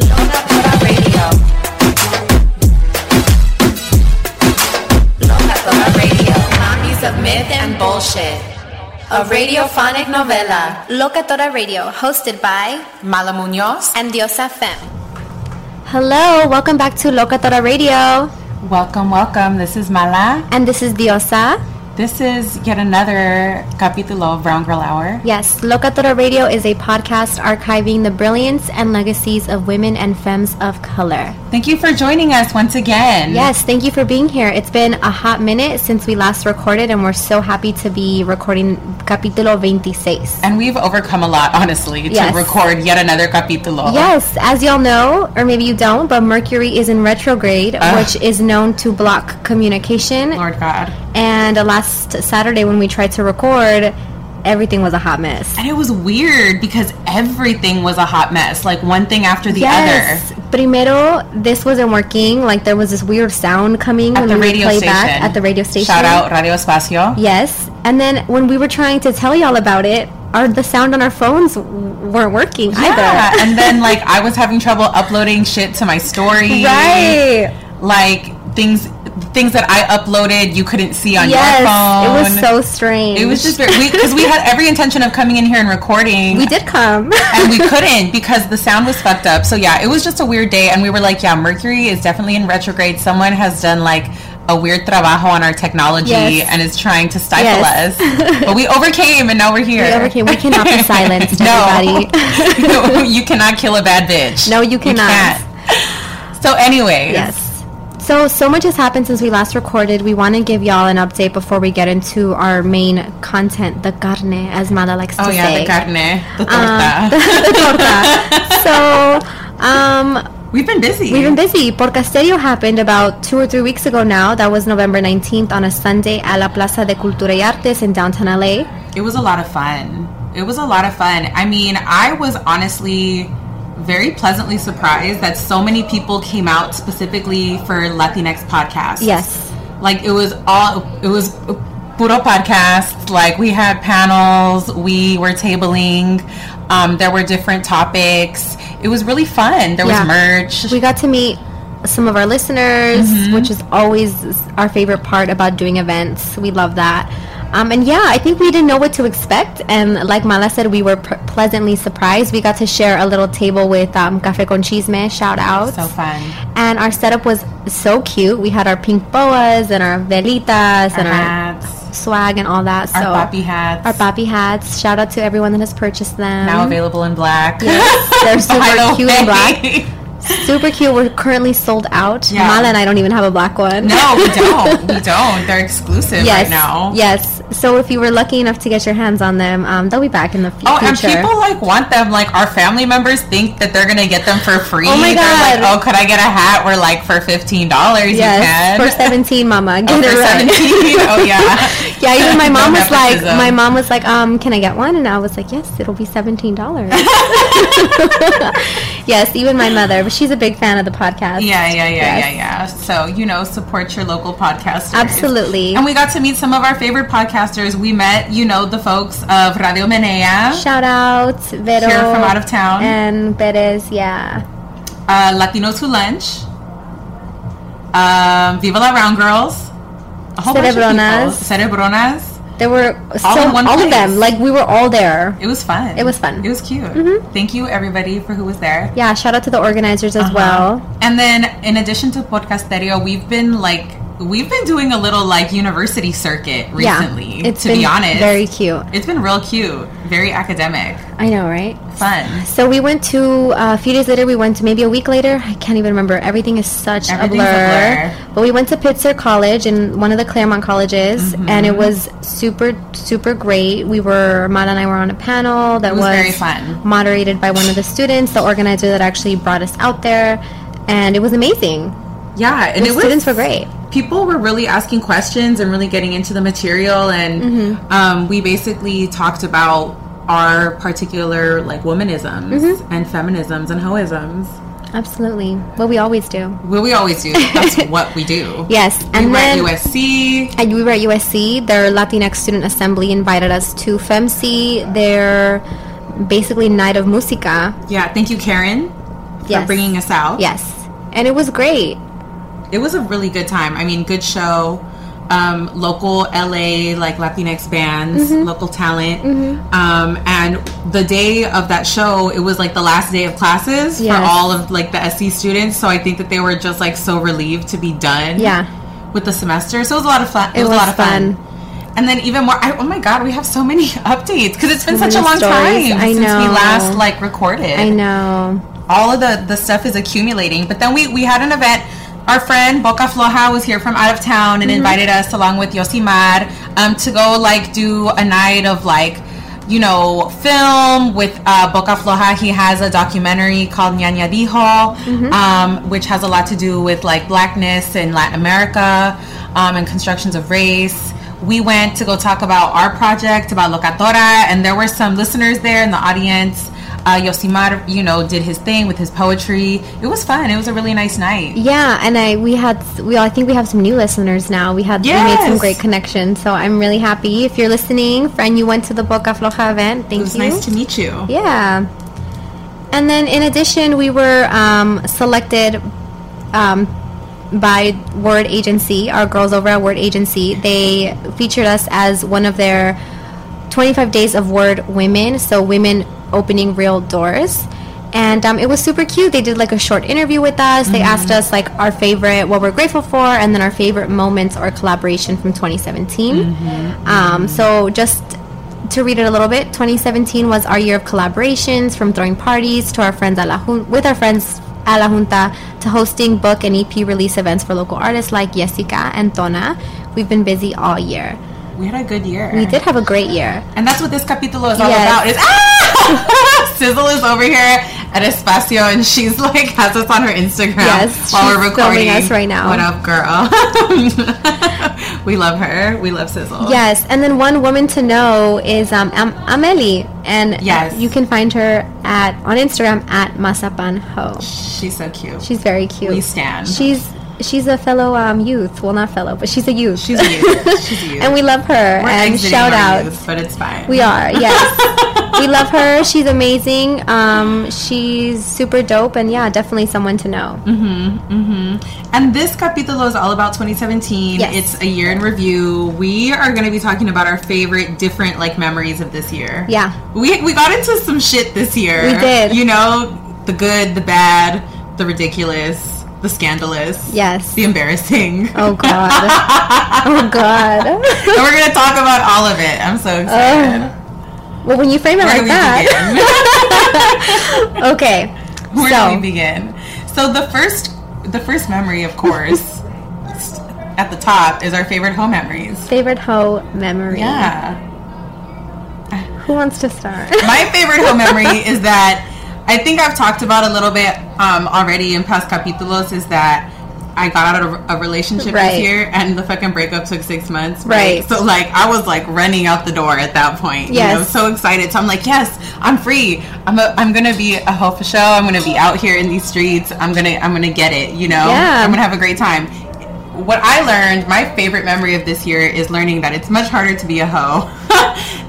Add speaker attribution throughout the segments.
Speaker 1: Locatora Radio. Locatora Radio. Mommies of myth and bullshit. A radiophonic novela. Locatora Radio, hosted by Mala Muñoz and Diosa Fem.
Speaker 2: Hello, welcome back to Locatora Radio.
Speaker 3: Welcome, welcome. This is Mala.
Speaker 2: And this is Diosa.
Speaker 3: This is yet another capítulo of Brown Girl Hour.
Speaker 2: Yes, Locatora Radio is a podcast archiving the brilliance and legacies of women and femmes of color.
Speaker 3: Thank you for joining us once again.
Speaker 2: Yes, thank you for being here. It's been a hot minute since we last recorded, and we're so happy to be recording Capítulo 26.
Speaker 3: And we've overcome a lot, honestly, to
Speaker 2: Yes.
Speaker 3: record yet another capítulo.
Speaker 2: Yes, as y'all know, or maybe you don't, but Mercury is in retrograde,
Speaker 3: Ah.
Speaker 2: which is known to block communication.
Speaker 3: Lord God.
Speaker 2: And uh, last Saturday, when we tried to record, everything was a hot mess.
Speaker 3: And it was weird because everything was a hot mess, like one thing after the
Speaker 2: yes.
Speaker 3: other.
Speaker 2: Primero, this wasn't working. Like there was this weird sound coming
Speaker 3: At
Speaker 2: when
Speaker 3: the
Speaker 2: we would
Speaker 3: radio
Speaker 2: play
Speaker 3: station.
Speaker 2: back at the radio station.
Speaker 3: Shout out Radio Espacio.
Speaker 2: Yes, and then when we were trying to tell y'all about it, our the sound on our phones w- weren't working
Speaker 3: Yeah,
Speaker 2: either.
Speaker 3: and then like I was having trouble uploading shit to my story.
Speaker 2: Right.
Speaker 3: Like things things that I uploaded you couldn't see on your phone.
Speaker 2: Yes, it was so strange.
Speaker 3: It was just because we, had every intention of coming in here and recording,
Speaker 2: we did come.
Speaker 3: and we couldn't because the sound was fucked up. So yeah, it was just a weird day, and we were like, yeah, Mercury is definitely in retrograde. Someone has done like a weird trabajo on our technology
Speaker 2: Yes.
Speaker 3: and is trying to stifle
Speaker 2: Yes.
Speaker 3: us. But we overcame, and now we're here.
Speaker 2: We overcame. We cannot be silenced,
Speaker 3: no,
Speaker 2: everybody.
Speaker 3: No, you cannot kill a bad bitch.
Speaker 2: No, you cannot.
Speaker 3: can't. So anyways,
Speaker 2: Yes. So, so much has happened since we last recorded. We want to give y'all an update before we get into our main content, the carne, as Mala likes
Speaker 3: Oh
Speaker 2: to
Speaker 3: yeah,
Speaker 2: say. Um,
Speaker 3: the carne, the torta.
Speaker 2: the torta. So, um,
Speaker 3: we've been busy.
Speaker 2: we've been busy. Porcasterio happened about two or three weeks ago now. That was November 19th on a Sunday at La Plaza de Cultura y Artes in downtown LA.
Speaker 3: It was a lot of fun. It was a lot of fun. I mean, I was honestly very pleasantly surprised that so many people came out specifically for Latinx podcasts.
Speaker 2: Yes.
Speaker 3: Like it was all it was puro podcasts. Like we had panels, we were tabling. Um, there were different topics. It was really fun. There
Speaker 2: Yeah.
Speaker 3: was merch. Mm-hmm.
Speaker 2: We got to meet some of our listeners, which is always our favorite part about doing events. We love that. Um, and yeah, I think we didn't know what to expect. And like Mala said, we were pr- pleasantly surprised. We got to share a little table with um, Café con Chisme, shout out.
Speaker 3: so fun.
Speaker 2: And our setup was so cute. We had our pink boas and our velitas and
Speaker 3: Our
Speaker 2: our
Speaker 3: hats,
Speaker 2: swag and all that. So
Speaker 3: our poppy hats,
Speaker 2: our papi hats. Shout out to everyone that has purchased them.
Speaker 3: now available in black.
Speaker 2: They're super
Speaker 3: By
Speaker 2: cute
Speaker 3: the
Speaker 2: and black.
Speaker 3: way.
Speaker 2: Super cute. We're currently sold out.
Speaker 3: Yeah.
Speaker 2: Mala and I don't even have a black one.
Speaker 3: No, we don't. We don't. They're exclusive
Speaker 2: yes.
Speaker 3: right now.
Speaker 2: Yes. So if you were lucky enough to get your hands on them, um, they'll be back in the f-
Speaker 3: Oh, and
Speaker 2: future.
Speaker 3: people like want them. Like our family members think that they're gonna get them for free.
Speaker 2: Oh my
Speaker 3: They're
Speaker 2: God.
Speaker 3: like, oh, could I get a hat? We're like, for fifteen dollars, you
Speaker 2: yes.
Speaker 3: can.
Speaker 2: For 17, Mama. Get
Speaker 3: Oh,
Speaker 2: it
Speaker 3: for
Speaker 2: right.
Speaker 3: seventeen. oh yeah.
Speaker 2: Yeah, even my
Speaker 3: No
Speaker 2: mom was like,
Speaker 3: nepotism.
Speaker 2: my mom was like, um, can I get one? And I was like, yes, it'll be seventeen dollars. yes, even my mother, but she's a big fan of the podcast.
Speaker 3: Yeah, yeah, yeah,
Speaker 2: Yes.
Speaker 3: yeah, yeah. So you know, support your local podcasters.
Speaker 2: Absolutely.
Speaker 3: And we got to meet some of our favorite podcasters. We met, you know, the folks of Radio Menea,
Speaker 2: Shout out Vero
Speaker 3: here from out of town,
Speaker 2: and Perez. Yeah,
Speaker 3: uh, Latinos Who Lunch, um, Viva La Round Girls, a whole bunch of people.
Speaker 2: Cerebronas.
Speaker 3: Cerebronas.
Speaker 2: there were so
Speaker 3: All
Speaker 2: all,
Speaker 3: in one
Speaker 2: of them.
Speaker 3: place.
Speaker 2: Like we were all there.
Speaker 3: It was fun.
Speaker 2: It was fun. Mm-hmm.
Speaker 3: It was cute. Thank you, everybody, for who was there. Um,
Speaker 2: Yeah, shout out to the organizers
Speaker 3: Uh-huh.
Speaker 2: as well.
Speaker 3: And then, in addition to Podcasterio, we've been like, we've been doing a little like university circuit recently,
Speaker 2: yeah, it's
Speaker 3: to
Speaker 2: been
Speaker 3: be honest.
Speaker 2: very cute.
Speaker 3: It's been real cute, very academic,
Speaker 2: I know, right?
Speaker 3: fun.
Speaker 2: So we went to uh, a few days later. We went to maybe a week later. I can't even remember. Everything is such a
Speaker 3: Everything's
Speaker 2: blur.
Speaker 3: a blur.
Speaker 2: But we went to Pitzer College in one of the Claremont colleges,
Speaker 3: Mm-hmm.
Speaker 2: and it was super, super great. We were Mara and I were on a panel that
Speaker 3: It was very fun.
Speaker 2: moderated by one of the students, the organizer that actually brought us out there, and it was amazing.
Speaker 3: Yeah, and
Speaker 2: The
Speaker 3: it was
Speaker 2: students were great.
Speaker 3: people were really asking questions and really getting into the material and
Speaker 2: Mm-hmm.
Speaker 3: um, we basically talked about our particular like womanisms
Speaker 2: Mm-hmm.
Speaker 3: and feminisms and hoisms
Speaker 2: Absolutely, what we always do.
Speaker 3: well we always do that's what we do
Speaker 2: Yes,
Speaker 3: we
Speaker 2: and
Speaker 3: were
Speaker 2: then
Speaker 3: at usc
Speaker 2: And we were at USC. Their Latinx Student Assembly invited us to FEMC, their basically night of musica.
Speaker 3: yeah thank you karen
Speaker 2: Yes.
Speaker 3: for bringing us out
Speaker 2: Yes. And it was great.
Speaker 3: it was a really good time i mean good show um, local la like latinx bands
Speaker 2: Mm-hmm.
Speaker 3: local talent um, and the day of that show it was like the last day of classes
Speaker 2: Yes.
Speaker 3: for all of like the sc students so i think that they were just like so relieved to be done
Speaker 2: Yeah.
Speaker 3: with the semester so it was a lot of fun it,
Speaker 2: It
Speaker 3: was,
Speaker 2: was
Speaker 3: a lot of fun,
Speaker 2: fun.
Speaker 3: And then even more. I, oh my God, we have so many updates because it's been
Speaker 2: So
Speaker 3: such a
Speaker 2: many
Speaker 3: long
Speaker 2: stories.
Speaker 3: time
Speaker 2: I
Speaker 3: since we
Speaker 2: know.
Speaker 3: last like recorded
Speaker 2: I know.
Speaker 3: all of the the stuff is accumulating. But then we we had an event. Our friend Boca Floja was here from out of town and invited us along with Yosimar um, to go like do a night of like you know film with uh, Boca Floja. He has a documentary called Ñaña Dijo, um, which has a lot to do with like blackness in Latin America um, and constructions of race we went to go talk about our project about locatora and there were some listeners there in the audience uh, Yosimar, you know, did his thing with his poetry. It was fun. It was a really nice night.
Speaker 2: Yeah, and I we had we I think we have some new listeners now. We had we made some
Speaker 3: Yes.
Speaker 2: great connections, so I'm really happy. If you're listening, friend, you went to the Boca Floja event. Thank
Speaker 3: It was
Speaker 2: you.
Speaker 3: nice to meet you.
Speaker 2: Yeah. And then in addition, we were um, selected um, by Word Agency, our girls over at Word Agency. They featured us as one of their 25 Days of Word Women, so women opening real doors. And um, it was super cute. They did like a short interview with us. They asked us like our favorite, what we're grateful for, and then our favorite moments or collaboration from 2017. Um, so just to read it a little bit, 2017 was our year of collaborations, from throwing parties to our friends at La Jun- with our friends at La Junta to hosting book and EP release events for local artists like Jessica and Tona. We've been busy all year.
Speaker 3: We had a good year.
Speaker 2: We did have a great year.
Speaker 3: And that's what this capítulo is all
Speaker 2: Yes.
Speaker 3: about. Is ah! Sizzle is over here at Espacio and she's like has us on her Instagram
Speaker 2: Yes,
Speaker 3: while
Speaker 2: she's
Speaker 3: we're recording
Speaker 2: filming us right now.
Speaker 3: What up, girl? we love her. We love Sizzle.
Speaker 2: Yes, and then one woman to know is um, Am- Amelie, and
Speaker 3: Yes.
Speaker 2: you can find her at on Instagram at Masapan Ho.
Speaker 3: She's so cute.
Speaker 2: She's very cute.
Speaker 3: We stand.
Speaker 2: She's she's a fellow um, youth. Well, not fellow, but she's a youth.
Speaker 3: She's a youth. She's a youth.
Speaker 2: and we love her.
Speaker 3: We're
Speaker 2: and
Speaker 3: exiting
Speaker 2: shout
Speaker 3: our
Speaker 2: out.
Speaker 3: youth, but it's fine.
Speaker 2: We are, yes. we love her. She's amazing. Um, she's super dope, and yeah, definitely someone to know.
Speaker 3: Mm-hmm. And this capítulo is all about 2017.
Speaker 2: Yes.
Speaker 3: It's a year in review. We are going to be talking about our favorite, different like memories of this year.
Speaker 2: Yeah.
Speaker 3: we we got into some shit this year.
Speaker 2: We did.
Speaker 3: You know, the good, the bad, the ridiculous, the scandalous,
Speaker 2: Yes.
Speaker 3: the embarrassing.
Speaker 2: Oh god. oh god.
Speaker 3: and we're going to talk about all of it. I'm
Speaker 2: Oh,
Speaker 3: so excited.
Speaker 2: Well, when you frame it
Speaker 3: Where
Speaker 2: like
Speaker 3: do we
Speaker 2: that,
Speaker 3: begin?
Speaker 2: okay.
Speaker 3: Where do
Speaker 2: so,
Speaker 3: we begin? So the first, the first memory, of course, at the top is our favorite home memories.
Speaker 2: favorite hoe memory.
Speaker 3: Yeah.
Speaker 2: Who wants to start?
Speaker 3: my favorite home memory is that I think I've talked about a little bit um, already in past capítulos is that I got out of a relationship
Speaker 2: Right.
Speaker 3: this year and the fucking breakup took six months.
Speaker 2: Right.
Speaker 3: So like I was like running out the door at that point.
Speaker 2: Yes.
Speaker 3: You know, so excited. So I'm like, yes, I'm free. I'm a, I'm gonna be a hoe for show. I'm gonna be out here in these streets. I'm gonna I'm gonna get it. You know.
Speaker 2: Yeah.
Speaker 3: I'm gonna have a great time. What I learned, my favorite memory of this year is learning that it's much harder to be a hoe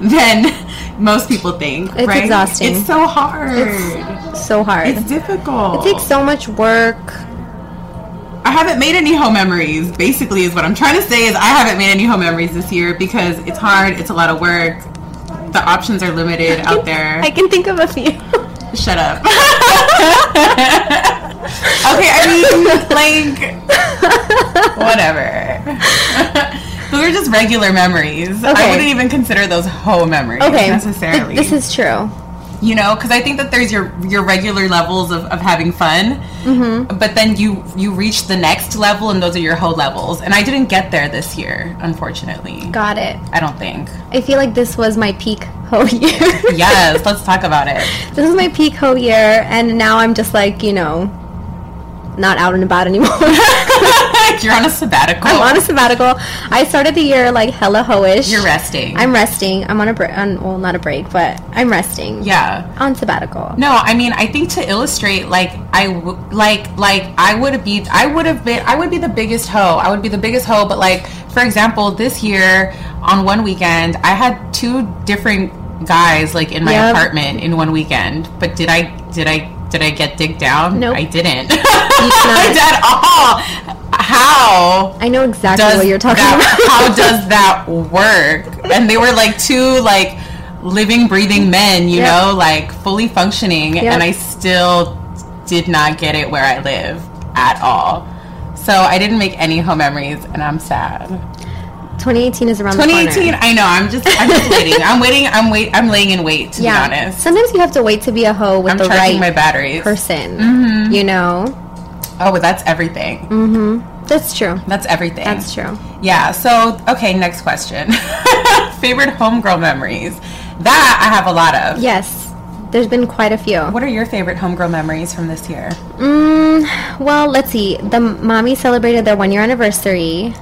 Speaker 3: than most people think.
Speaker 2: It's
Speaker 3: right?
Speaker 2: exhausting.
Speaker 3: It's so hard. It's,
Speaker 2: so hard.
Speaker 3: difficult.
Speaker 2: it takes so much work.
Speaker 3: I haven't made any home memories. Basically, is what I'm trying to say is I haven't made any home memories this year because it's hard. It's a lot of work. The options are limited out there.
Speaker 2: I can think of a few.
Speaker 3: Shut up. okay, I mean, like, whatever. Those are just regular memories.
Speaker 2: Okay.
Speaker 3: I wouldn't even consider those whole memories
Speaker 2: Okay.
Speaker 3: necessarily.
Speaker 2: Th- this is true.
Speaker 3: you know, because I think that there's your your regular levels of, of having fun,
Speaker 2: Mm-hmm.
Speaker 3: but then you you reach the next level, and those are your whole levels. And I didn't get there this year, unfortunately.
Speaker 2: Got it.
Speaker 3: I don't think.
Speaker 2: I feel like this was my peak hoe year.
Speaker 3: Yes, let's talk about it.
Speaker 2: this is my peak hoe year, and now I'm just like, you know, not out and about anymore.
Speaker 3: You're on a sabbatical.
Speaker 2: I'm on a sabbatical. I started the year like hella hoish.
Speaker 3: You're resting.
Speaker 2: I'm resting. I'm on a break. Well, not a break, but I'm resting.
Speaker 3: yeah.
Speaker 2: On sabbatical.
Speaker 3: No, I mean, I think to illustrate, like I, w- like, like I would be, I would have been, I would be the biggest hoe. I would be the biggest hoe. But like, for example, this year on one weekend, I had two different guys like in my
Speaker 2: Yep.
Speaker 3: apartment in one weekend. But did I, did I, did I get digged down?
Speaker 2: Nope.
Speaker 3: I didn't.
Speaker 2: You cannot-
Speaker 3: At all. How?
Speaker 2: I know exactly
Speaker 3: does
Speaker 2: what you're talking
Speaker 3: that,
Speaker 2: about.
Speaker 3: how does that work? And they were like two like living, breathing men, you
Speaker 2: Yep.
Speaker 3: know, like fully functioning,
Speaker 2: Yep.
Speaker 3: and I still did not get it where I live at all. So I didn't make any home memories, and I'm sad.
Speaker 2: 2018 is around
Speaker 3: 2018,
Speaker 2: the corner.
Speaker 3: I know. I'm just, I'm just waiting. I'm waiting. I'm wait. I'm laying in wait. To
Speaker 2: Yeah.
Speaker 3: be honest,
Speaker 2: Sometimes you have to wait to be a hoe with
Speaker 3: I'm
Speaker 2: the
Speaker 3: charging
Speaker 2: right
Speaker 3: my Mm-hmm. batteries.
Speaker 2: person. You know,
Speaker 3: oh, but that's everything.
Speaker 2: that's true.
Speaker 3: That's everything.
Speaker 2: Mm. That's true.
Speaker 3: Yeah, so okay, next question. Favorite homegirl memories. That I have a lot of.
Speaker 2: Yes, there's been quite a few.
Speaker 3: What are your favorite homegirl memories from this year?
Speaker 2: Mm, well, let's see. The mommy celebrated their one year anniversary.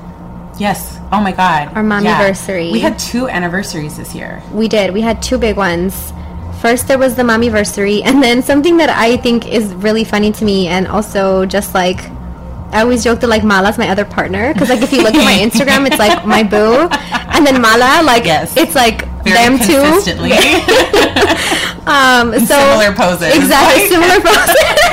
Speaker 3: Yes. Oh my god.
Speaker 2: Our mommyversary.
Speaker 3: We had two anniversaries this year.
Speaker 2: We did. We had two big ones. First, there was the mommiversary, and then something that I think is really funny to me, and also just like I always joke that like Mala's my other partner because like if you look at my Instagram, it's like my boo, and then Mala like
Speaker 3: Yes.
Speaker 2: it's like
Speaker 3: Very
Speaker 2: them too.
Speaker 3: consistently.
Speaker 2: Um, so
Speaker 3: Similar poses.
Speaker 2: Exactly,
Speaker 3: Like-
Speaker 2: similar poses.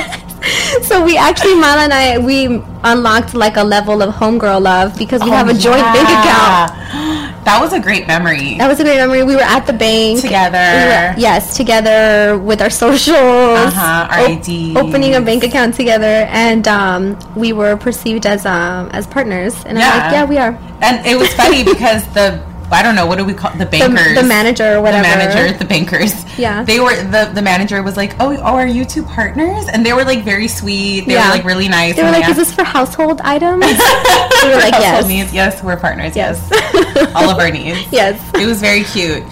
Speaker 2: so we actually Mala and I we unlocked like a level of homegirl love because we have a joint bank account.
Speaker 3: account. That was a great memory.
Speaker 2: That was a great memory. We were at the bank
Speaker 3: Together.
Speaker 2: We were- yes, together with our socials, uh-huh,
Speaker 3: our IDs.
Speaker 2: opening a bank account together, and um, we were perceived as um, as partners. And I'm like, yeah, we are.
Speaker 3: And it was funny because the I don't know what do we call the bankers,
Speaker 2: the manager or whatever.
Speaker 3: the manager, the bankers.
Speaker 2: Yeah.
Speaker 3: they were the the manager was like, oh, oh, are you two partners? And they were like very sweet. They
Speaker 2: Yeah.
Speaker 3: were like really nice.
Speaker 2: They were
Speaker 3: and
Speaker 2: like, is
Speaker 3: asked
Speaker 2: this for household items? we were like,
Speaker 3: household
Speaker 2: yes,
Speaker 3: needs. Yes, we're partners. Yes,
Speaker 2: yes,
Speaker 3: all of our needs.
Speaker 2: yes.
Speaker 3: it was very cute.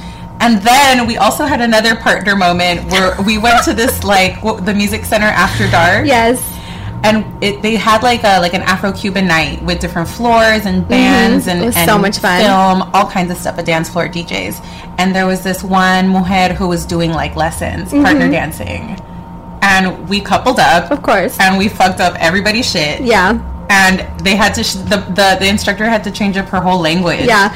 Speaker 3: And then we also had another partner moment where we went to this like what, the music center after dark.
Speaker 2: Yes.
Speaker 3: and it, they had like a like an Afro-Cuban night with different floors and bands and,
Speaker 2: Mm-hmm. It was
Speaker 3: and
Speaker 2: so much fun.
Speaker 3: film, all kinds of stuff, a dance floor DJs. And there was this one mujer who was doing like lessons, partner dancing, and we coupled up,
Speaker 2: Mm-hmm. Of course.
Speaker 3: and we fucked up everybody's shit.
Speaker 2: Yeah.
Speaker 3: and they had to sh- the, the the instructor had to change up her whole language.
Speaker 2: Yeah.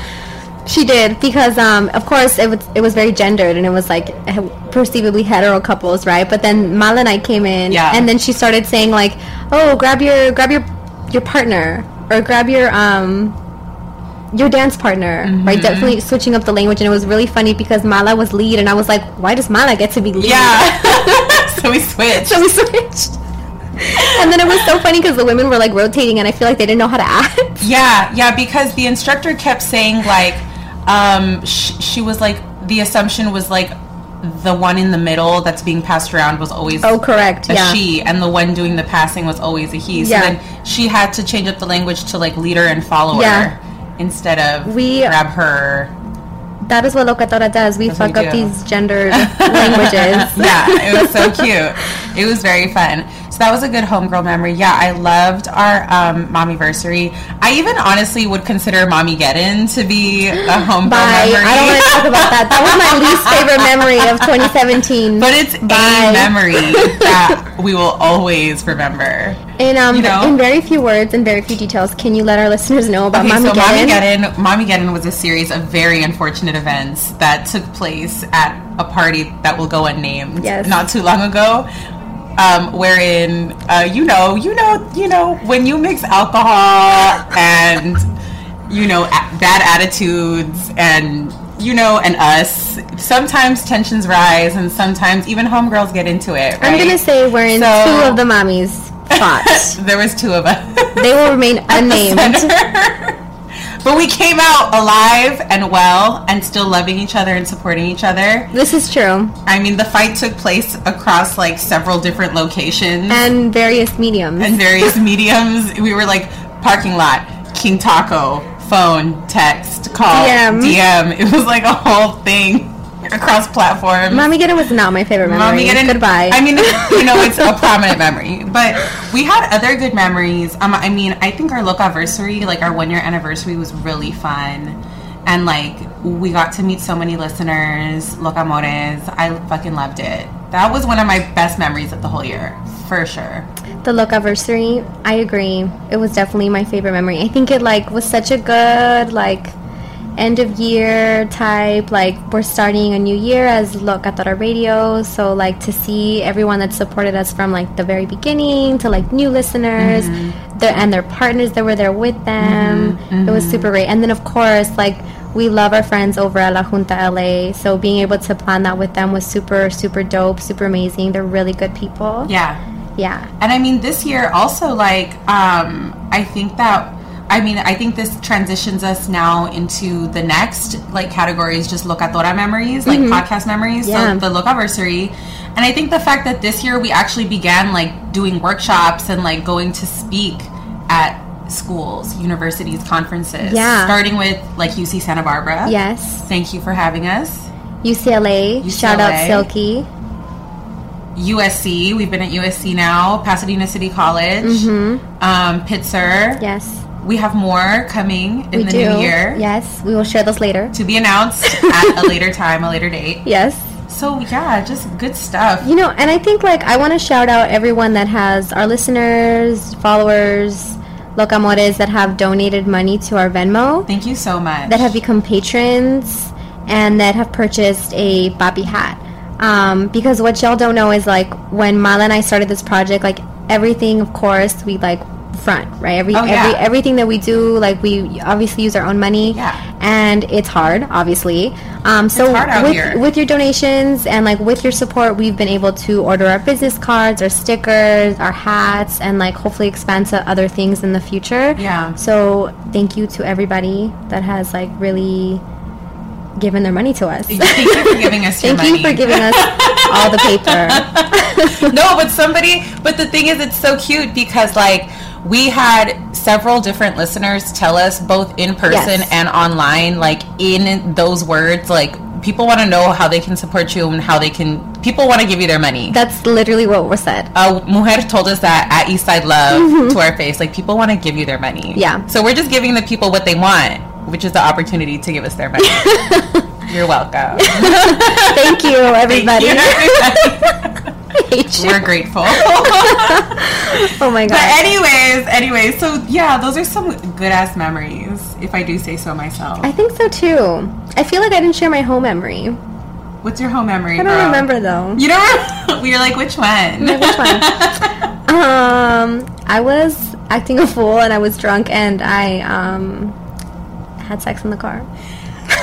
Speaker 2: She did because, um, of course, it was it was very gendered and it was like he- perceivably hetero couples, right? But then Mala and I came in,
Speaker 3: Yeah.
Speaker 2: and then she started saying like, "Oh, grab your grab your your partner or grab your um your dance partner," right?
Speaker 3: Mm-hmm.
Speaker 2: Definitely switching up the language, and it was really funny because Mala was lead, and I was like, "Why does Mala get to be lead?"
Speaker 3: Yeah. so we switched.
Speaker 2: so we switched. and then it was so funny because the women were like rotating, and I feel like they didn't know how to act.
Speaker 3: Yeah, yeah, because the instructor kept saying like, um, sh- she was like the assumption was like the one in the middle that's being passed around was always
Speaker 2: Oh, correct.
Speaker 3: a
Speaker 2: yeah.
Speaker 3: she, and the one doing the passing was always a he. So
Speaker 2: Yeah.
Speaker 3: then she had to change up the language to like leader and follower
Speaker 2: Yeah.
Speaker 3: instead of
Speaker 2: We-
Speaker 3: grab her.
Speaker 2: That is what locatora does. We
Speaker 3: what
Speaker 2: fuck
Speaker 3: we
Speaker 2: up
Speaker 3: do.
Speaker 2: these gendered languages.
Speaker 3: yeah, it was so cute. It was very fun. So that was a good homegirl memory. Yeah, I loved our um, mommyversary. I even honestly would consider mommy geddon to be a homegirl
Speaker 2: Bye.
Speaker 3: memory.
Speaker 2: I don't want to talk about that. That was my least favorite memory of 2017.
Speaker 3: but it's a
Speaker 2: Bye.
Speaker 3: memory that we will always remember.
Speaker 2: in um,
Speaker 3: you know.
Speaker 2: in very few words and very few details, can you let our listeners know about
Speaker 3: Okay,
Speaker 2: Mommy
Speaker 3: so Mommy
Speaker 2: Geddon?
Speaker 3: Geddon, Mommy Geddon was a series of very unfortunate events that took place at a party that will go unnamed
Speaker 2: Yes.
Speaker 3: not too long ago. Um, wherein uh, you know, you know, you know, when you mix alcohol and you know a- bad attitudes and you know and us, sometimes tensions rise and sometimes even homegirls get into it. Right?
Speaker 2: I'm gonna say we're in
Speaker 3: So-
Speaker 2: two of the mommies fought.
Speaker 3: there was two of us.
Speaker 2: they will remain unnamed.
Speaker 3: But we came out alive and well and still loving each other and supporting each other.
Speaker 2: This is true,
Speaker 3: I mean, the fight took place across like several different locations
Speaker 2: and various mediums.
Speaker 3: and various mediums. We were like parking lot, King Taco, phone, text, call,
Speaker 2: DM.
Speaker 3: DM. It was like a whole thing across platforms.
Speaker 2: Mommy Geddon was not my favorite memory.
Speaker 3: Mommy get in-
Speaker 2: Goodbye.
Speaker 3: I mean, you know, it's a prominent memory, but we had other good memories. Um, I mean, I think our anniversary, like our one year anniversary, was really fun, and like we got to meet so many listeners, locamores. I fucking loved it. That was one of my best memories of the whole year, for sure.
Speaker 2: The look anniversary, I agree. It was definitely my favorite memory. I think it like was such a good like end of year type. Like we're starting a new year as Locatora Radio, so like to see everyone that supported us from like the very beginning to like new listeners, the, and their partners that were there with them. It was super great. And then of course like we love our friends over at La Junta LA, so being able to plan that with them was super super dope, super amazing. They're really good people.
Speaker 3: Yeah.
Speaker 2: Yeah.
Speaker 3: And I mean, this year also, like, um, I think that, I mean, I think this transitions us now into the next, like, category is just locatora memories, like podcast memories.
Speaker 2: Mm-hmm. Yeah.
Speaker 3: So the locaversary. And I think the fact that this year we actually began, like, doing workshops and, like, going to speak at schools, universities, conferences.
Speaker 2: Yeah.
Speaker 3: Starting with, like, UC Santa Barbara.
Speaker 2: Yes.
Speaker 3: Thank you for having us.
Speaker 2: UCLA, Shout out
Speaker 3: UCLA.
Speaker 2: Silky.
Speaker 3: USC, we've been at USC now, Pasadena City College,
Speaker 2: Mm-hmm.
Speaker 3: um, Pitzer.
Speaker 2: Yes.
Speaker 3: We have more coming in
Speaker 2: we
Speaker 3: the
Speaker 2: do.
Speaker 3: new year
Speaker 2: Yes. We will share those later.
Speaker 3: to be announced at a later time, a later date.
Speaker 2: Yes.
Speaker 3: So yeah, just good stuff.
Speaker 2: You know, and I think like I want to shout out everyone that has our listeners, followers, locamores that have donated money to our Venmo,
Speaker 3: Thank you so much.
Speaker 2: that have become patrons, and that have purchased a Bobby hat. Um, because what y'all don't know is like when Mala and I started this project, like everything, of course, we like front right every
Speaker 3: Oh,
Speaker 2: every
Speaker 3: yeah.
Speaker 2: everything that we do like we obviously use our own money
Speaker 3: Yeah.
Speaker 2: and it's hard obviously um so
Speaker 3: hard out
Speaker 2: with,
Speaker 3: here.
Speaker 2: with your donations and like with your support we've been able to order our business cards our stickers our hats and like hopefully expand to other things in the future
Speaker 3: Yeah.
Speaker 2: so thank you to everybody that has like really given their money to us
Speaker 3: Thank you for giving us your
Speaker 2: thank you
Speaker 3: money.
Speaker 2: for giving us all the paper
Speaker 3: no, but somebody. But the thing is, it's so cute because like we had several different listeners tell us both in person
Speaker 2: Yes.
Speaker 3: and online, like in those words, like people want to know how they can support you and how they can. People want to give you their money.
Speaker 2: that's literally what was said
Speaker 3: a mujer told us that at Eastside Love
Speaker 4: Mm-hmm.
Speaker 3: to our face. Like people want to give you their money.
Speaker 2: Yeah.
Speaker 3: So we're just giving the people what they want, which is the opportunity to give us their money. You're welcome.
Speaker 2: thank you everybody Hate you.
Speaker 3: we're grateful.
Speaker 2: oh my god
Speaker 3: but anyways, anyways, so yeah, those are some good ass memories. if I do say so myself.
Speaker 4: I think so too. I feel like I didn't share my whole memory.
Speaker 3: What's your home memory?
Speaker 4: I
Speaker 2: Uh,
Speaker 3: girl?
Speaker 4: don't remember though.
Speaker 3: You don't. we were like, which one?
Speaker 4: Which one? um, I was acting a fool and I was drunk and I um had sex in the car.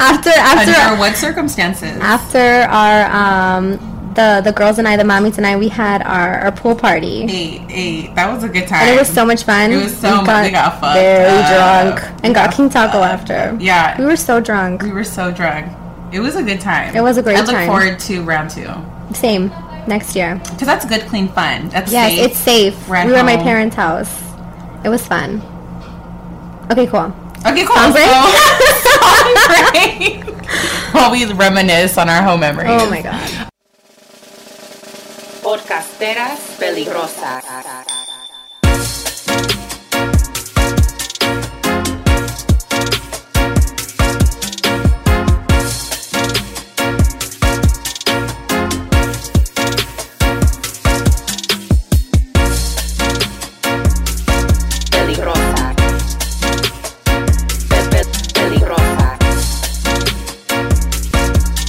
Speaker 4: after after
Speaker 3: Under what circumstances?
Speaker 4: Ah. after our um the the girls and I, the mommies and I, we had our, our pool party.
Speaker 3: Eight, eight. That was a good time.
Speaker 4: And it was so much fun.
Speaker 3: It was so much- we got fucked
Speaker 4: very
Speaker 3: up.
Speaker 4: drunk and got King Taco after.
Speaker 3: Yeah.
Speaker 4: we were so drunk.
Speaker 3: We were so drunk. It was a good time.
Speaker 4: It was a great
Speaker 3: I look
Speaker 4: time.
Speaker 3: forward to round two
Speaker 4: Same next year.
Speaker 3: because that's good, clean fun. That's
Speaker 4: Yes,
Speaker 3: safe.
Speaker 4: it's safe.
Speaker 3: We're at
Speaker 4: we were at my
Speaker 3: home.
Speaker 4: parents' house. It was fun. Okay, cool.
Speaker 3: okay. Cool.
Speaker 4: Sound break?
Speaker 3: So, break. While we reminisce on our home memories.
Speaker 4: Oh my god.
Speaker 5: Podcasteras peligrosas. Peligrosa. Pe- pe- Peligrosa.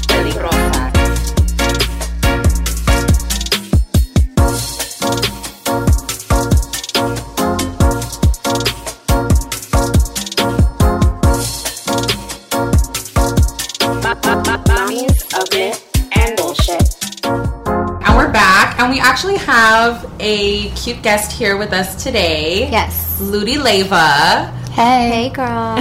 Speaker 5: Peligrosa. Mummies of myth and bullshit.
Speaker 3: And we're back, and we actually have a cute guest here with us today.
Speaker 4: Yes.
Speaker 3: Ludi Leva.
Speaker 4: Hey. Hey, girl.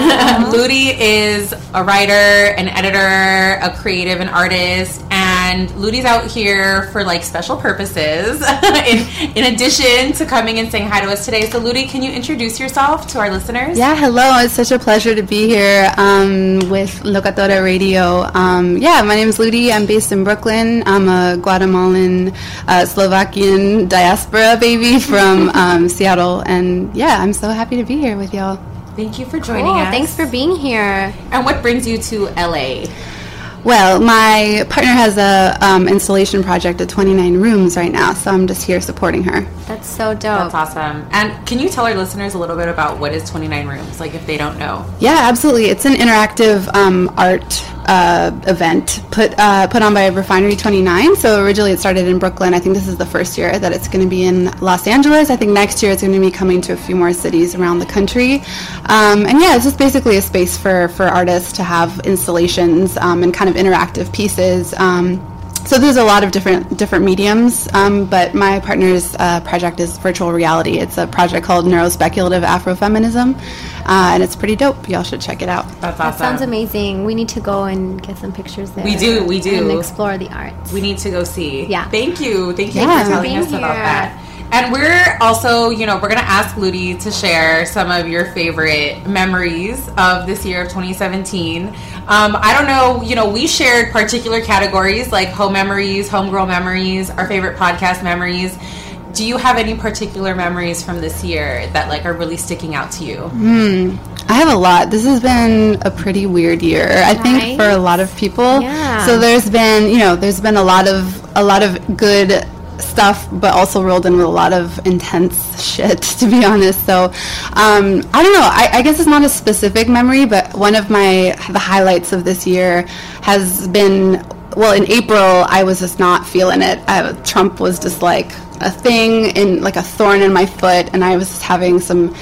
Speaker 3: Ludi is a writer, an editor, a creative, an artist, and Ludi's out here for like special purposes. in, in addition to coming and saying hi to us today, so Ludi, can you introduce yourself to our listeners?
Speaker 2: Yeah, hello. It's such a pleasure to be here um, with Locatora Radio. Um, yeah, my name is Ludi. I'm based in Brooklyn. I'm a Guatemalan, uh, Slovakian diaspora baby from um, Seattle. And yeah, I'm so happy to be here with y'all.
Speaker 3: Thank you for joining
Speaker 4: Cool.
Speaker 3: us.
Speaker 4: Thanks for being here.
Speaker 3: And what brings you to LA?
Speaker 2: Well, my partner has a um, installation project at 29 Rooms right now, so I'm just here supporting her.
Speaker 4: That's so dope.
Speaker 3: That's awesome. And can you tell our listeners a little bit about what is 29 Rooms, like if they don't know?
Speaker 2: Yeah, absolutely. It's an interactive um, art uh, event put uh, put on by Refinery 29. So originally it started in Brooklyn. I think this is the first year that it's going to be in Los Angeles. I think next year it's going to be coming to a few more cities around the country. Um, and yeah, it's just basically a space for for artists to have installations um, and kind of interactive pieces. Um, so there's a lot of different different mediums, um, but my partner's uh, project is virtual reality. It's a project called Neurospeculative Afrofeminism, uh, and it's pretty dope. Y'all should check it out.
Speaker 3: That's
Speaker 4: Oh. That
Speaker 3: awesome.
Speaker 4: sounds amazing. We need to go and get some pictures there.
Speaker 3: We do, we do.
Speaker 4: And explore the arts.
Speaker 3: we need to go see.
Speaker 4: Yeah.
Speaker 3: Thank you. Thank you
Speaker 2: Yeah.
Speaker 3: for telling
Speaker 4: Being
Speaker 3: us about
Speaker 4: here.
Speaker 3: that. And we're also, you know, we're going to ask Ludi to share some of your favorite memories of this year of 2017. Um, I don't know, you know, we shared particular categories like home memories, homegirl memories, our favorite podcast memories. Do you have any particular memories from this year that like are really sticking out to you?
Speaker 2: I have a lot. This has been a pretty weird year, I think, for a lot of people.
Speaker 4: Yeah.
Speaker 2: So there's been, you know, there's been a lot of a lot of good stuff, but also rolled in with a lot of intense shit, to be honest. So um, I don't know. I, I guess it's not a specific memory, but one of my the highlights of this year has been. Well, in April, I was just not feeling it. I, Trump was just like a thing and like a thorn in my foot, and I was just having some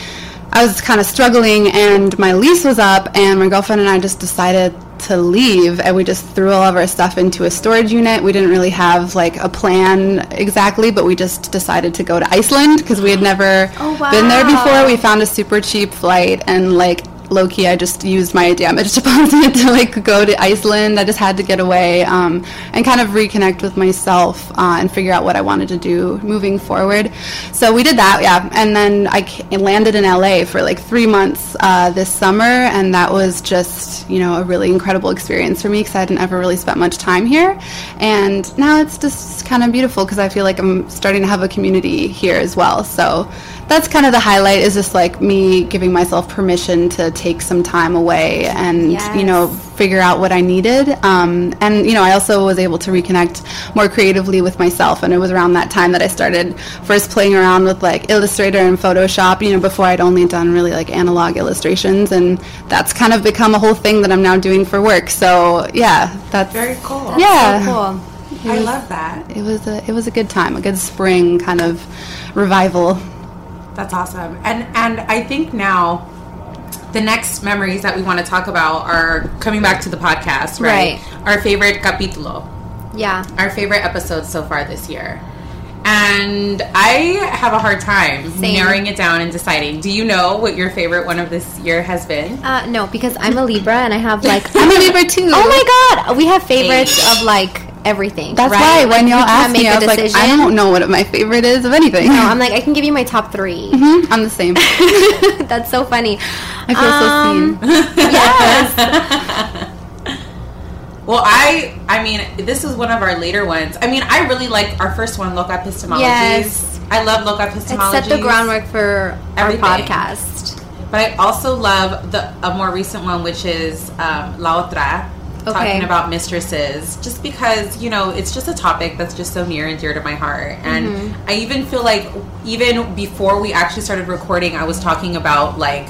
Speaker 2: I was kind of struggling, and my lease was up, and my girlfriend and I just decided to leave, and we just threw all of our stuff into a storage unit. We didn't really have like a plan exactly, but we just decided to go to Iceland because we had never been there before. We found a super cheap flight, and like low key, I just used my damage deposit to like go to Iceland. I just had to get away um, and kind of reconnect with myself uh, and figure out what I wanted to do moving forward. So we did that, yeah. And then I ca- landed in LA for like three months uh, this summer, and that was just you know a really incredible experience for me because I hadn't ever really spent much time here. And now it's just kind of beautiful because I feel like I'm starting to have a community here as well. So
Speaker 6: that's kind of the highlight is just like me giving myself permission to take some time away and you know figure out what I needed. Um, and you know I also was able to reconnect more creatively with myself. And it was around that time that I started first playing around with like Illustrator and Photoshop. You know before I'd only done really like analog illustrations, and that's kind of become a whole thing that I'm now doing for work. So yeah, that's
Speaker 3: very cool.
Speaker 6: yeah.
Speaker 3: cool. I love that.
Speaker 6: It was a it was a good time, a good spring kind of revival.
Speaker 3: That's awesome. And and I think now the next memories that we want to talk about are coming back to the podcast, right? Our favorite capítulo,
Speaker 2: Yeah.
Speaker 3: our favorite episodes so far this year. And I have a hard time
Speaker 2: Same.
Speaker 3: narrowing it down and deciding. Do you know what your favorite one of this year has been?
Speaker 2: Uh, no, because I'm a Libra and I have like
Speaker 6: I'm a Libra too.
Speaker 2: Oh my god, we have favorites of like everything.
Speaker 6: That's why
Speaker 2: right?
Speaker 6: when
Speaker 2: Like,
Speaker 6: y'all
Speaker 2: we can't
Speaker 6: asked me,
Speaker 2: make
Speaker 6: I
Speaker 2: a
Speaker 6: was like, I
Speaker 2: decision.
Speaker 6: don't know what my favorite is of anything.
Speaker 2: No, I'm like I can give you my top 3.
Speaker 6: Mhm, I'm the same. I
Speaker 2: That's so funny. Um,
Speaker 6: feel so seen.
Speaker 2: yes.
Speaker 3: Well, I I mean, this is one of our later ones. I mean, I really like our first one, Loca Epistemologies.
Speaker 2: Yes.
Speaker 3: I love Loca
Speaker 2: It
Speaker 3: Epistemologies.
Speaker 2: set the groundwork for
Speaker 3: Everything.
Speaker 2: our podcast.
Speaker 3: But I also love the a more recent one, which is um, La Otra,
Speaker 2: Okay.
Speaker 3: talking about mistresses. Just because you know it's just a topic that's just so near and dear to my heart, and
Speaker 2: Mm-hmm.
Speaker 3: I even feel like even before we actually started recording, I was talking about like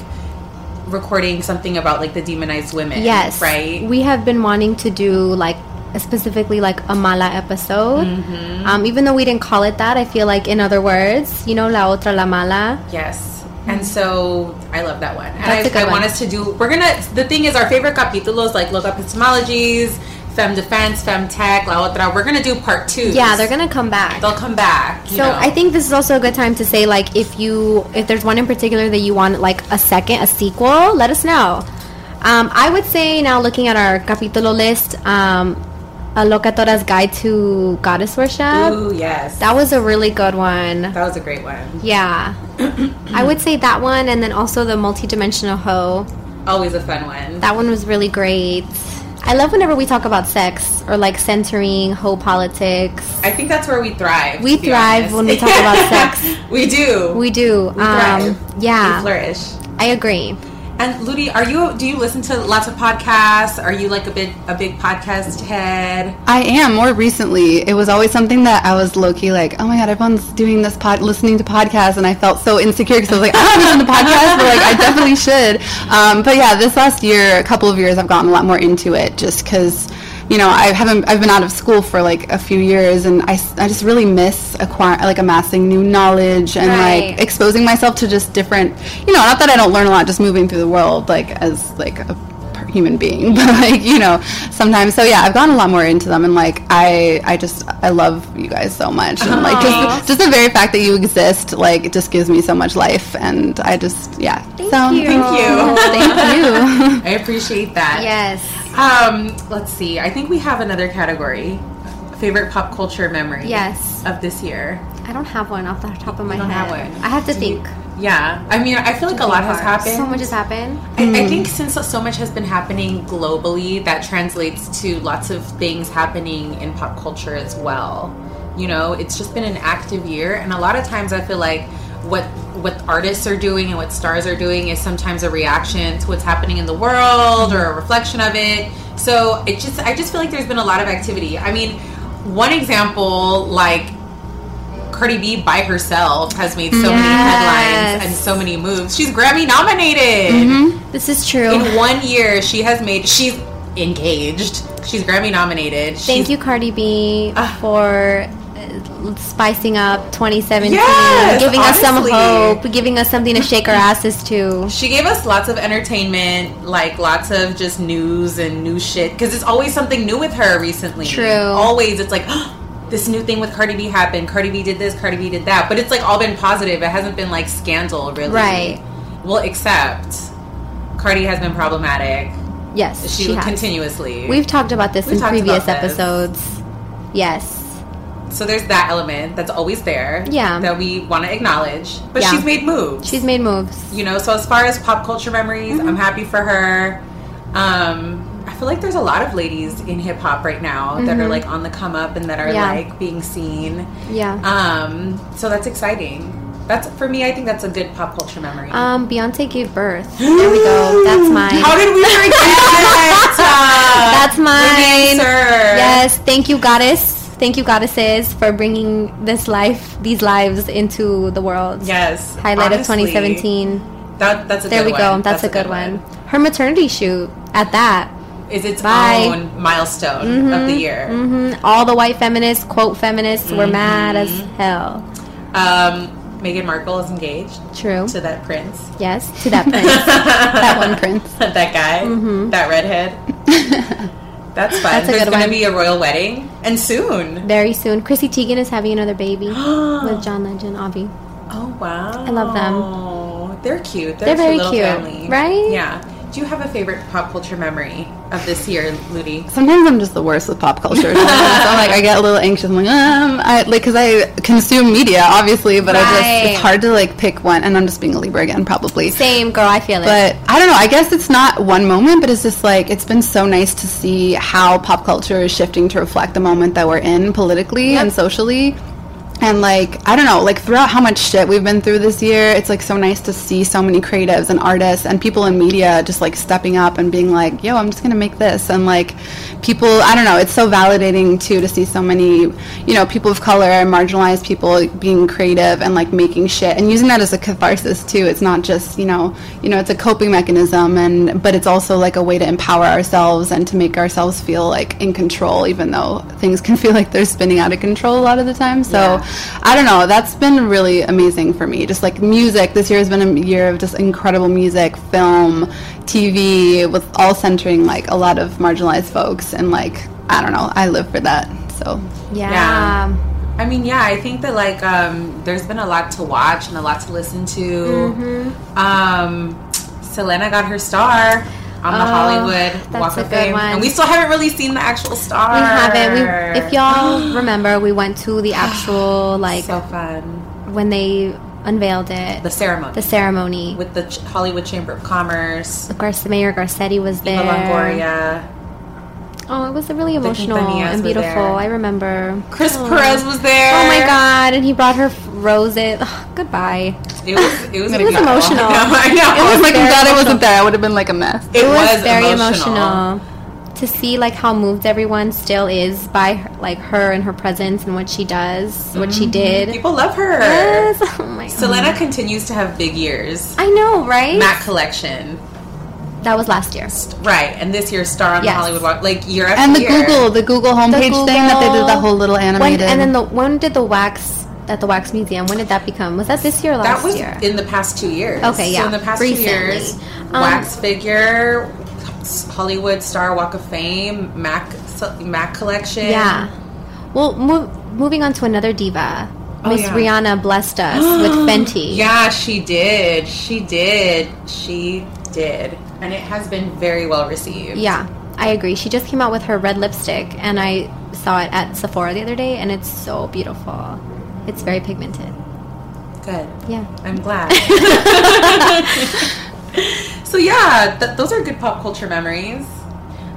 Speaker 3: recording something about like the demonized women.
Speaker 2: Yes.
Speaker 3: right.
Speaker 2: We have been wanting to do like specifically like a mala episode. Um, even though we didn't call it that, I feel like in other words, you know, la otra la mala.
Speaker 3: Yes. And so I love that one. And
Speaker 2: Mm-hmm. That's
Speaker 3: I,
Speaker 2: a good
Speaker 3: I want
Speaker 2: one.
Speaker 3: us to do, we're going to, the thing is, our favorite capítulos like Loca Epistemologies, Femme Defense, Femme Tech, La Otra, we're going to do part two.
Speaker 2: Yeah, they're gonna come back.
Speaker 3: They'll come back. You
Speaker 2: So
Speaker 3: know.
Speaker 2: I think this is also a good time to say like if you if there's one in particular that you want like a second a sequel, let us know. Um, I would say now looking at our capítulo list, um, a locatora's guide to goddess worship.
Speaker 3: Ooh, yes. That,
Speaker 2: That was a really good one.
Speaker 3: was a great one.
Speaker 2: Yeah, I would say that one, and then also the multidimensional hoe.
Speaker 3: Always a fun one.
Speaker 2: That one was really great. I love whenever we talk about sex or like centering hoe politics.
Speaker 3: I think that's where we thrive.
Speaker 2: We
Speaker 3: to be
Speaker 2: thrive
Speaker 3: honest.
Speaker 2: when we talk about sex.
Speaker 3: we do.
Speaker 2: We do.
Speaker 3: thrive.
Speaker 2: um, yeah.
Speaker 3: We flourish.
Speaker 2: I agree.
Speaker 3: And Ludi, are you? Do you listen to lots of podcasts? Are you like a big a big podcast head?
Speaker 6: I am. More recently, it was always something that I was low key like, oh my god, everyone's doing this pod, listening to podcasts, and I felt so insecure because I was like, I don't listen to podcasts, but like I definitely should. Um, but yeah, this last year, a couple of years, I've gotten a lot more into it just because. You know, I haven't. I've been out of school for like a few years, and I, s- I just really miss acquire like amassing new knowledge and
Speaker 2: Right.
Speaker 6: like exposing myself to just different you know not that i don't learn a lot just moving through the world like as like a per- human being but like you know sometimes so yeah i've gotten a lot more into them and like i i just i love you guys so much and like just, just the very fact that you exist like it just gives me so much life and i just yeah thank so
Speaker 2: you. Thank
Speaker 3: you.
Speaker 6: thank you
Speaker 3: I appreciate that.
Speaker 2: Yes.
Speaker 3: Um, let's see. I think we have another category. Favorite pop culture memory.
Speaker 2: Yes.
Speaker 3: Of this year.
Speaker 2: I don't have one off the top of my
Speaker 3: don't
Speaker 2: head.
Speaker 3: have one.
Speaker 2: I have to think.
Speaker 3: Yeah. I mean, I feel like a lot has happened.
Speaker 2: So much has happened.
Speaker 3: I, I think since so much has been happening globally, that translates to lots of things happening in pop culture as well. You know, it's just been an active year, and a lot of times I feel like what what artists are doing and what stars are doing is sometimes a reaction to what's happening in the world or a reflection of it. So it just I just feel like there's been a lot of activity. I mean, one example like Cardi B by herself has made so many
Speaker 2: Yes. Mm-hmm.
Speaker 3: headlines and so many moves. She's Grammy nominated.
Speaker 2: This is true.
Speaker 3: In one year, she has made. She's engaged. She's Grammy nominated.
Speaker 2: Thank
Speaker 3: she's,
Speaker 2: you, Cardi B,
Speaker 3: Ah.
Speaker 2: for uh, spicing up 2017,
Speaker 3: Yes,
Speaker 2: giving us some
Speaker 3: honestly.
Speaker 2: hope, giving us something to shake our asses to.
Speaker 3: She gave us lots of entertainment, like lots of just news and new shit. Because it's always something new with her recently.
Speaker 2: True.
Speaker 3: Always, it's like. This new thing with Cardi B happened. Cardi B did this. Cardi B did that. But it's like all been positive. It hasn't been like scandal, really.
Speaker 2: Right.
Speaker 3: Well, except Cardi has been problematic.
Speaker 2: Yes,
Speaker 3: She,
Speaker 2: she has.
Speaker 3: continuously.
Speaker 2: We've talked about this
Speaker 3: We've
Speaker 2: in
Speaker 3: talked
Speaker 2: previous
Speaker 3: about this.
Speaker 2: episodes. Yes.
Speaker 3: So there's that element that's always there.
Speaker 2: Yeah.
Speaker 3: That we want to acknowledge. But
Speaker 2: Yeah.
Speaker 3: she's made moves.
Speaker 2: She's Mm-hmm. made moves.
Speaker 3: you know, so as far as pop culture memories, I'm happy for her. Um, I feel like there's a lot of ladies in hip hop right now that are like on the come up and that are
Speaker 2: Mm-hmm. Yeah.
Speaker 3: like being seen.
Speaker 2: Yeah.
Speaker 3: Um, so that's exciting. That's for me. I think that's a good pop culture memory.
Speaker 2: Um, Beyonce gave birth. There we go. That's mine.
Speaker 3: How did we forget that?
Speaker 2: That's mine.
Speaker 3: sir.
Speaker 2: Yes. Thank you, goddess. Thank you, goddesses, for bringing this life, these lives into the world.
Speaker 3: Yes.
Speaker 2: Highlight of
Speaker 3: honestly,
Speaker 2: 2017.
Speaker 3: That, that's a
Speaker 2: There
Speaker 3: good
Speaker 2: we go.
Speaker 3: one.
Speaker 2: That's, a good one. Her maternity shoot at that.
Speaker 3: Is its
Speaker 2: Bye.
Speaker 3: own milestone of the year.
Speaker 2: hmm All the white feminists, quote feminists, were mad as
Speaker 3: Mm-hmm.
Speaker 2: hell.
Speaker 3: Um, Meghan Markle is engaged
Speaker 2: True.
Speaker 3: to that prince,
Speaker 2: yes, to that prince. that one prince.
Speaker 3: that guy, that redhead. That's fun.
Speaker 2: Mm-hmm. That's a
Speaker 3: There's
Speaker 2: good
Speaker 3: gonna
Speaker 2: one.
Speaker 3: be a royal wedding, and soon.
Speaker 2: Very soon. Chrissy Teigen is having another baby with John Legend, Avi.
Speaker 3: Oh wow!
Speaker 2: I love them.
Speaker 3: them. They're cute.
Speaker 2: They're
Speaker 3: They're,
Speaker 2: very
Speaker 3: little
Speaker 2: cute,
Speaker 3: family.
Speaker 2: right?
Speaker 3: Yeah. Do you have a favorite pop culture memory of this year, Ludi?
Speaker 6: Sometimes I'm just the worst with pop culture. so like I get a little anxious. I'm like, um, I like because I consume media obviously, but I
Speaker 2: Right.
Speaker 6: just it's hard to like pick one. And I'm just being a Libra again, probably.
Speaker 2: Same girl, I feel it.
Speaker 6: But I don't know. I guess it's not one moment, but it's just like it's been so nice to see how pop culture is shifting to reflect the moment that we're in politically and socially. And like I don't know, like throughout how much shit we've been through this year, it's like so nice to see so many creatives and artists and people in media just like stepping up and being like, "Yo, I'm just gonna make this." And like people, I don't know, it's so validating too to see so many, you know, people of color and marginalized people being creative and like making shit and using that as a catharsis too. It's not just you know, you know, it's a coping mechanism, and but it's also like a way to empower ourselves and to make ourselves feel like in control, even though things can feel like they're spinning out of control a lot of the time. So I don't know. That's been really amazing for me. Just like music, this year has been a year of just incredible music, film, TV, with all centering like a lot of marginalized folks, and like I don't know, I live for that. So
Speaker 2: yeah.
Speaker 3: Yeah. I mean, yeah, I think that like um, there's been a lot to watch and a lot to listen to.
Speaker 2: Mm-hmm.
Speaker 3: Um, Selena got her star on the
Speaker 2: Oh,
Speaker 3: Hollywood
Speaker 2: that's
Speaker 3: Walk
Speaker 2: a
Speaker 3: of
Speaker 2: good
Speaker 3: Fame,
Speaker 2: one.
Speaker 3: and we still haven't really seen the actual star.
Speaker 2: We haven't. We, if y'all remember, we went to the actual, like,
Speaker 3: so fun
Speaker 2: when they unveiled it,
Speaker 3: the
Speaker 2: the,
Speaker 3: ceremony
Speaker 2: ceremony.
Speaker 3: with the Ch- Hollywood Chamber of Commerce,
Speaker 2: Gar- Mayor Garcetti was there.
Speaker 3: Eva Longoria.
Speaker 2: Oh, it was really emotional
Speaker 3: Quintanillas
Speaker 2: and
Speaker 3: were
Speaker 2: beautiful.
Speaker 3: there.
Speaker 2: I remember.
Speaker 3: Chris
Speaker 2: Oh.
Speaker 3: Perez was there.
Speaker 2: Oh my god! And he brought her f- roses. Ugh, goodbye.
Speaker 3: It was it was,
Speaker 2: It was
Speaker 3: beautiful.
Speaker 2: emotional.
Speaker 3: I know. I know.
Speaker 6: I was like,
Speaker 2: very
Speaker 6: I'm glad I
Speaker 2: emotional.
Speaker 6: wasn't there. I would have been like a mess.
Speaker 2: It, was, very emotional. to see like how moved everyone still is by her, like her and her presence and what she does, what
Speaker 3: Mm-hmm.
Speaker 2: she did.
Speaker 3: People love her.
Speaker 2: Yes. Oh my god.
Speaker 3: Selena continues to have big years.
Speaker 2: I know, right?
Speaker 3: Matt collection,
Speaker 2: that was last year.
Speaker 3: right? And this year's star on
Speaker 2: Yes.
Speaker 3: the Hollywood Walk, like year after
Speaker 6: And the
Speaker 3: year.
Speaker 6: Google, the Google homepage thing that they did the whole little
Speaker 2: When,
Speaker 6: animated.
Speaker 2: and then the when did the wax at the wax museum? When did that become? Was that this year or last
Speaker 3: that was
Speaker 2: year?
Speaker 3: in the past two years.
Speaker 2: Okay,
Speaker 3: So
Speaker 2: yeah,
Speaker 3: in the past
Speaker 2: recently.
Speaker 3: two years,
Speaker 2: Um,
Speaker 3: wax figure, Hollywood star Walk of Fame, Mac Mac collection.
Speaker 2: yeah. Well, mov- moving on to another diva,
Speaker 3: Oh,
Speaker 2: Miss
Speaker 3: yeah.
Speaker 2: Rihanna blessed us with Fenty.
Speaker 3: Yeah, she did. She did. She did. And it has been very well received.
Speaker 2: Yeah, I agree. She just came out with her red lipstick, and I saw it at Sephora the other day, and it's so beautiful. It's very pigmented.
Speaker 3: Good.
Speaker 2: Yeah.
Speaker 3: I'm glad. so yeah, th- those are good pop culture memories.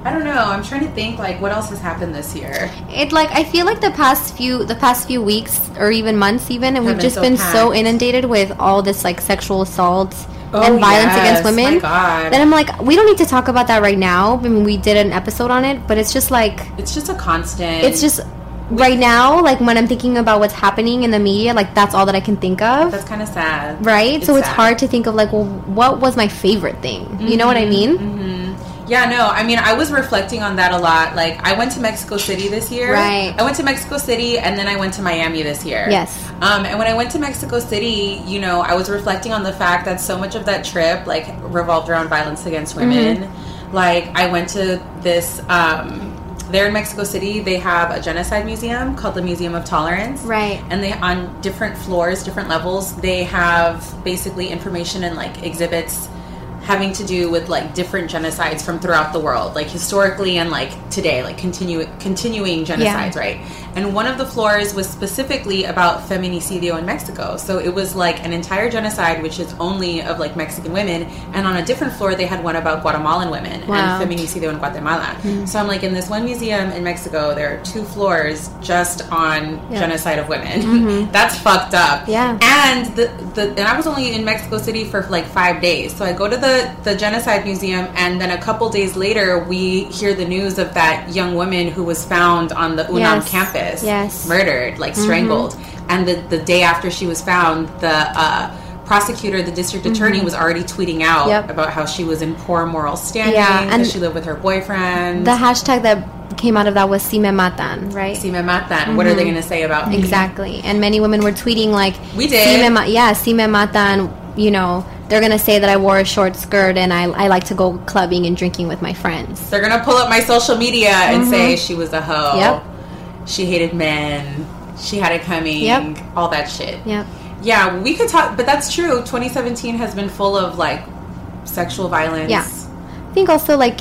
Speaker 3: I don't know. I'm trying to think like what else has happened this year.
Speaker 2: It like I feel like the past few the past few weeks or even months even, and we've
Speaker 3: Have been
Speaker 2: just
Speaker 3: so
Speaker 2: been so
Speaker 3: packed.
Speaker 2: inundated with all this like sexual assault
Speaker 3: Oh,
Speaker 2: and violence
Speaker 3: yes.
Speaker 2: against women.
Speaker 3: My God.
Speaker 2: Then I'm like, we don't need to talk about that right now. I mean, we did an episode on it, but it's just like
Speaker 3: It's just a constant.
Speaker 2: it's just right now. Like when I'm thinking about what's happening in the media, like that's all that I can think of.
Speaker 3: that's kind of sad,
Speaker 2: right? so it's
Speaker 3: sad.
Speaker 2: hard to think of like, well, what was my favorite thing? You know what I
Speaker 3: Mm-hmm.
Speaker 2: mean?
Speaker 3: Yeah, no, I mean, I was reflecting on that a lot. Like, I went to Mexico City this year.
Speaker 2: Right.
Speaker 3: I went to Mexico City and then I went to Miami this year.
Speaker 2: Yes.
Speaker 3: Um, and when I went to Mexico City, you know, I was reflecting on the fact that so much of that trip, like, revolved around violence against
Speaker 2: Mm-hmm.
Speaker 3: women. Like, I went to this, um, there in Mexico City, they have a genocide museum called the Museum of Tolerance.
Speaker 2: Right.
Speaker 3: And they, on different floors, different levels, they have basically information and, like, exhibits having to do with like different genocides from throughout the world, like historically and like today, like continue continuing genocides, right? And one of the floors was specifically about feminicidio in Mexico. So it was like an entire genocide, which is only of like Mexican women, and on a different floor they had one about Guatemalan women
Speaker 7: Wow.
Speaker 3: and feminicidio in Guatemala.
Speaker 7: Mm.
Speaker 3: So I'm like, in this one museum in Mexico, there are two floors just on
Speaker 7: Yeah.
Speaker 3: genocide of women.
Speaker 7: Mhm.
Speaker 3: That's fucked up.
Speaker 7: Yeah.
Speaker 3: And the, the and I was only in Mexico City for like five days. So I go to the, the genocide museum and then a couple days later we hear the news of that young woman who was found on the UNAM
Speaker 7: Yes.
Speaker 3: campus.
Speaker 7: Yes.
Speaker 3: Murdered, like
Speaker 7: Mhm.
Speaker 3: strangled. And the, the day after she was found, the uh, prosecutor, the district attorney,
Speaker 2: Mhm.
Speaker 7: Mm-hmm.
Speaker 3: was already tweeting out
Speaker 2: Yep.
Speaker 3: about how she was in poor moral standing
Speaker 2: Yeah,
Speaker 3: yeah, and
Speaker 2: and-
Speaker 3: she lived with her boyfriend.
Speaker 2: The hashtag that came out of that was Si me matan, right? Si
Speaker 3: me matan. What are
Speaker 2: Mm-hmm.
Speaker 3: they gonna say about me?
Speaker 2: Exactly. And many women were tweeting like,
Speaker 3: We did.
Speaker 2: "Si me ma- yeah, si me matan. You know, they're gonna say that I wore a short skirt and I, I like to go clubbing and drinking with my friends.
Speaker 3: They're gonna pull up my social media and
Speaker 2: Mhm.
Speaker 3: say she was a hoe.
Speaker 2: Yep.
Speaker 3: She hated men. She had it coming.
Speaker 2: Yep.
Speaker 3: All that shit.
Speaker 2: Yep.
Speaker 3: Yeah, we could talk, but that's true. 2017 has been full of like sexual violence.
Speaker 2: Yeah. I think also like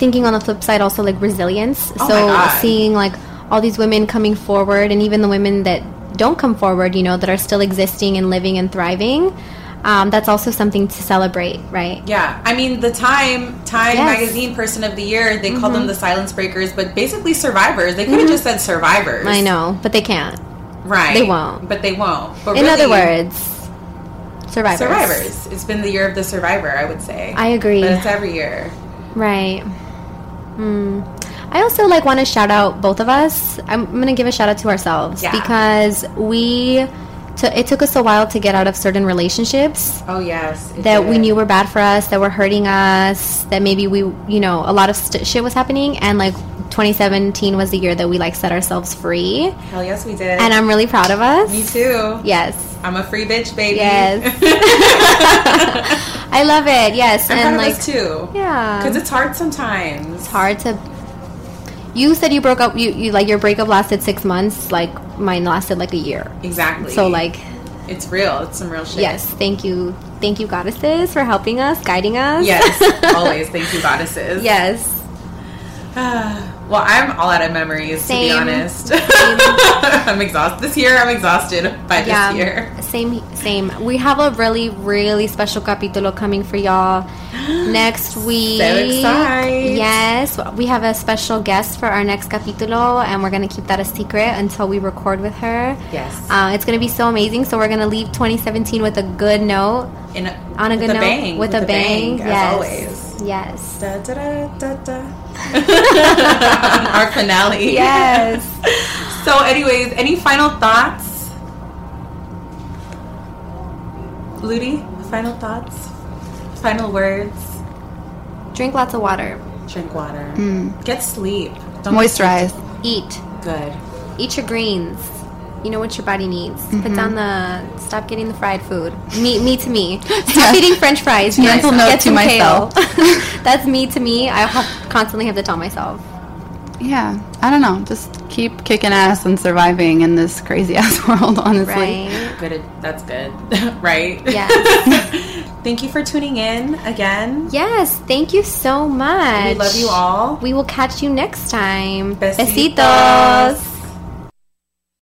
Speaker 2: thinking on the flip side, also like resilience.
Speaker 3: Oh my God.
Speaker 2: so seeing like all these women coming forward, and even the women that don't come forward, you know, that are still existing and living and thriving. Um, that's also something to celebrate, right?
Speaker 3: Yeah, I mean the Time Time
Speaker 2: Yes.
Speaker 3: magazine person of the year. They called them
Speaker 2: Mhm.
Speaker 3: the silence breakers, but basically survivors. They could have
Speaker 2: Mhm.
Speaker 3: just said survivors.
Speaker 2: I know, but they can't.
Speaker 3: Right.
Speaker 2: They won't.
Speaker 3: But they won't. But
Speaker 2: In other
Speaker 3: really-
Speaker 2: words, survivors.
Speaker 3: survivors. It's been the year of the survivor, I would say.
Speaker 2: I agree.
Speaker 3: But it's every year.
Speaker 2: Right. Hmm. I also like want to shout out both of us. I'm, I'm gonna give a shout out to ourselves
Speaker 3: Yeah.
Speaker 2: because we. To, it took us a while to get out of certain relationships
Speaker 3: Oh yes. it
Speaker 2: that we
Speaker 3: did.
Speaker 2: knew were bad for us, that were hurting us, that maybe we, you know, a lot of st- shit was happening, and like 2017 was the year that we like set ourselves free,
Speaker 3: Hell yes, we did.
Speaker 2: and I'm really proud of us.
Speaker 3: Me too.
Speaker 2: Yes,
Speaker 3: I'm a free bitch, baby.
Speaker 2: Yes. I love it. Yes,
Speaker 3: I'm
Speaker 2: and
Speaker 3: proud of
Speaker 2: like
Speaker 3: us too.
Speaker 2: yeah,
Speaker 3: Because it's hard sometimes. It's
Speaker 2: hard to. You said you broke up. You, you like your breakup lasted six months. Like mine lasted like a year.
Speaker 3: Exactly.
Speaker 2: So like
Speaker 3: It's real. It's some real shit.
Speaker 2: yes, thank you, thank you goddesses for helping us, guiding us.
Speaker 3: Yes. Always. Thank you, goddesses.
Speaker 2: yes.
Speaker 3: well, I'm all out of memories, to be
Speaker 2: Same.
Speaker 3: honest. I'm exhausted. This year, I'm exhausted by this year.
Speaker 2: Same, same. We have a really, really special capítulo coming for y'all next week.
Speaker 3: excited.
Speaker 2: Yes, we have a special guest for our next capítulo, and we're gonna keep that a secret until we record with her.
Speaker 3: Yes.
Speaker 2: Uh, it's gonna be so amazing. So we're gonna leave 2017 with a good note,
Speaker 3: In a,
Speaker 2: on a
Speaker 3: with
Speaker 2: good
Speaker 3: a
Speaker 2: note,
Speaker 3: bang,
Speaker 2: with, a bang.
Speaker 3: as
Speaker 2: yes.
Speaker 3: always.
Speaker 2: Yes.
Speaker 3: Our finale.
Speaker 2: Yes.
Speaker 3: so, anyways, any final thoughts? Ludi, final thoughts? Final words?
Speaker 2: Drink lots of water.
Speaker 3: Drink water.
Speaker 6: Mm.
Speaker 3: Get sleep.
Speaker 6: Moisturize.
Speaker 2: Eat.
Speaker 3: Good.
Speaker 2: Eat your greens. You know what your body needs. Put
Speaker 6: Mhm.
Speaker 2: down the. Stop getting the fried food. Me, me to me. Stop eating French fries. Get-
Speaker 6: Mental note
Speaker 2: get
Speaker 6: to
Speaker 2: some
Speaker 6: myself.
Speaker 2: kale. That's me to me. I have, constantly have to tell myself.
Speaker 6: Yeah, I don't know. Just keep kicking ass and surviving in this crazy ass world, honestly.
Speaker 2: Right.
Speaker 3: Good. That's good. right?
Speaker 2: Yeah.
Speaker 3: Thank you for tuning in again.
Speaker 2: Yes. Thank you so much.
Speaker 3: We love you all.
Speaker 2: We will catch you next time.
Speaker 3: Besitos.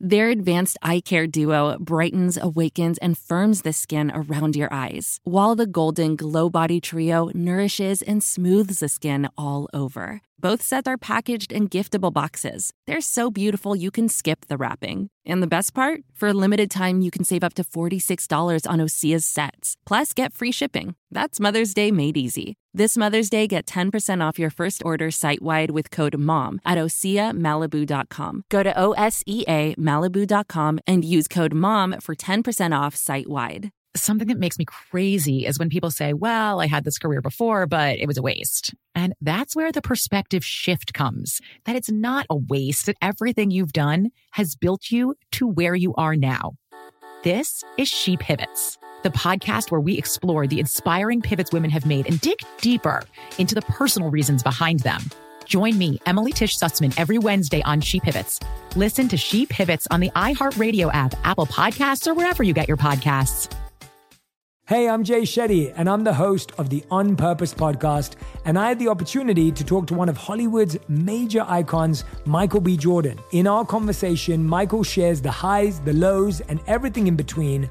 Speaker 8: Their advanced eye care duo brightens, awakens, and firms the skin around your eyes, while the golden glow body trio nourishes and smooths the skin all over. Both sets are packaged in giftable boxes. They're so beautiful you can skip the wrapping. And the best part? For a limited time, you can save up to $46 on Osea's sets, plus get free shipping. That's Mother's Day made easy. This Mother's Day, get 10% off your first order site wide with code MOM at OSEAMalibu.com. Go to E OSEAMalibu.com and use code MOM for 10% off site wide.
Speaker 9: something that makes me crazy is when people say, well, I had this career before, but it was a waste. And that's where the perspective shift comes that it's not a waste, that everything you've done has built you to where you are now. This is She Pivots, the podcast where we explore the inspiring pivots women have made and dig deeper into the personal reasons behind them. Join me, Emily Tish Sussman, every Wednesday on She Pivots. Listen to She Pivots on the iHeartRadio app, Apple Podcasts, or wherever you get your podcasts.
Speaker 10: Hey, I'm Jay Shetty, and I'm the host of the On Purpose podcast. And I had the opportunity to talk to one of Hollywood's major icons, Michael B. Jordan. In our conversation, Michael shares the highs, the lows, and everything in between,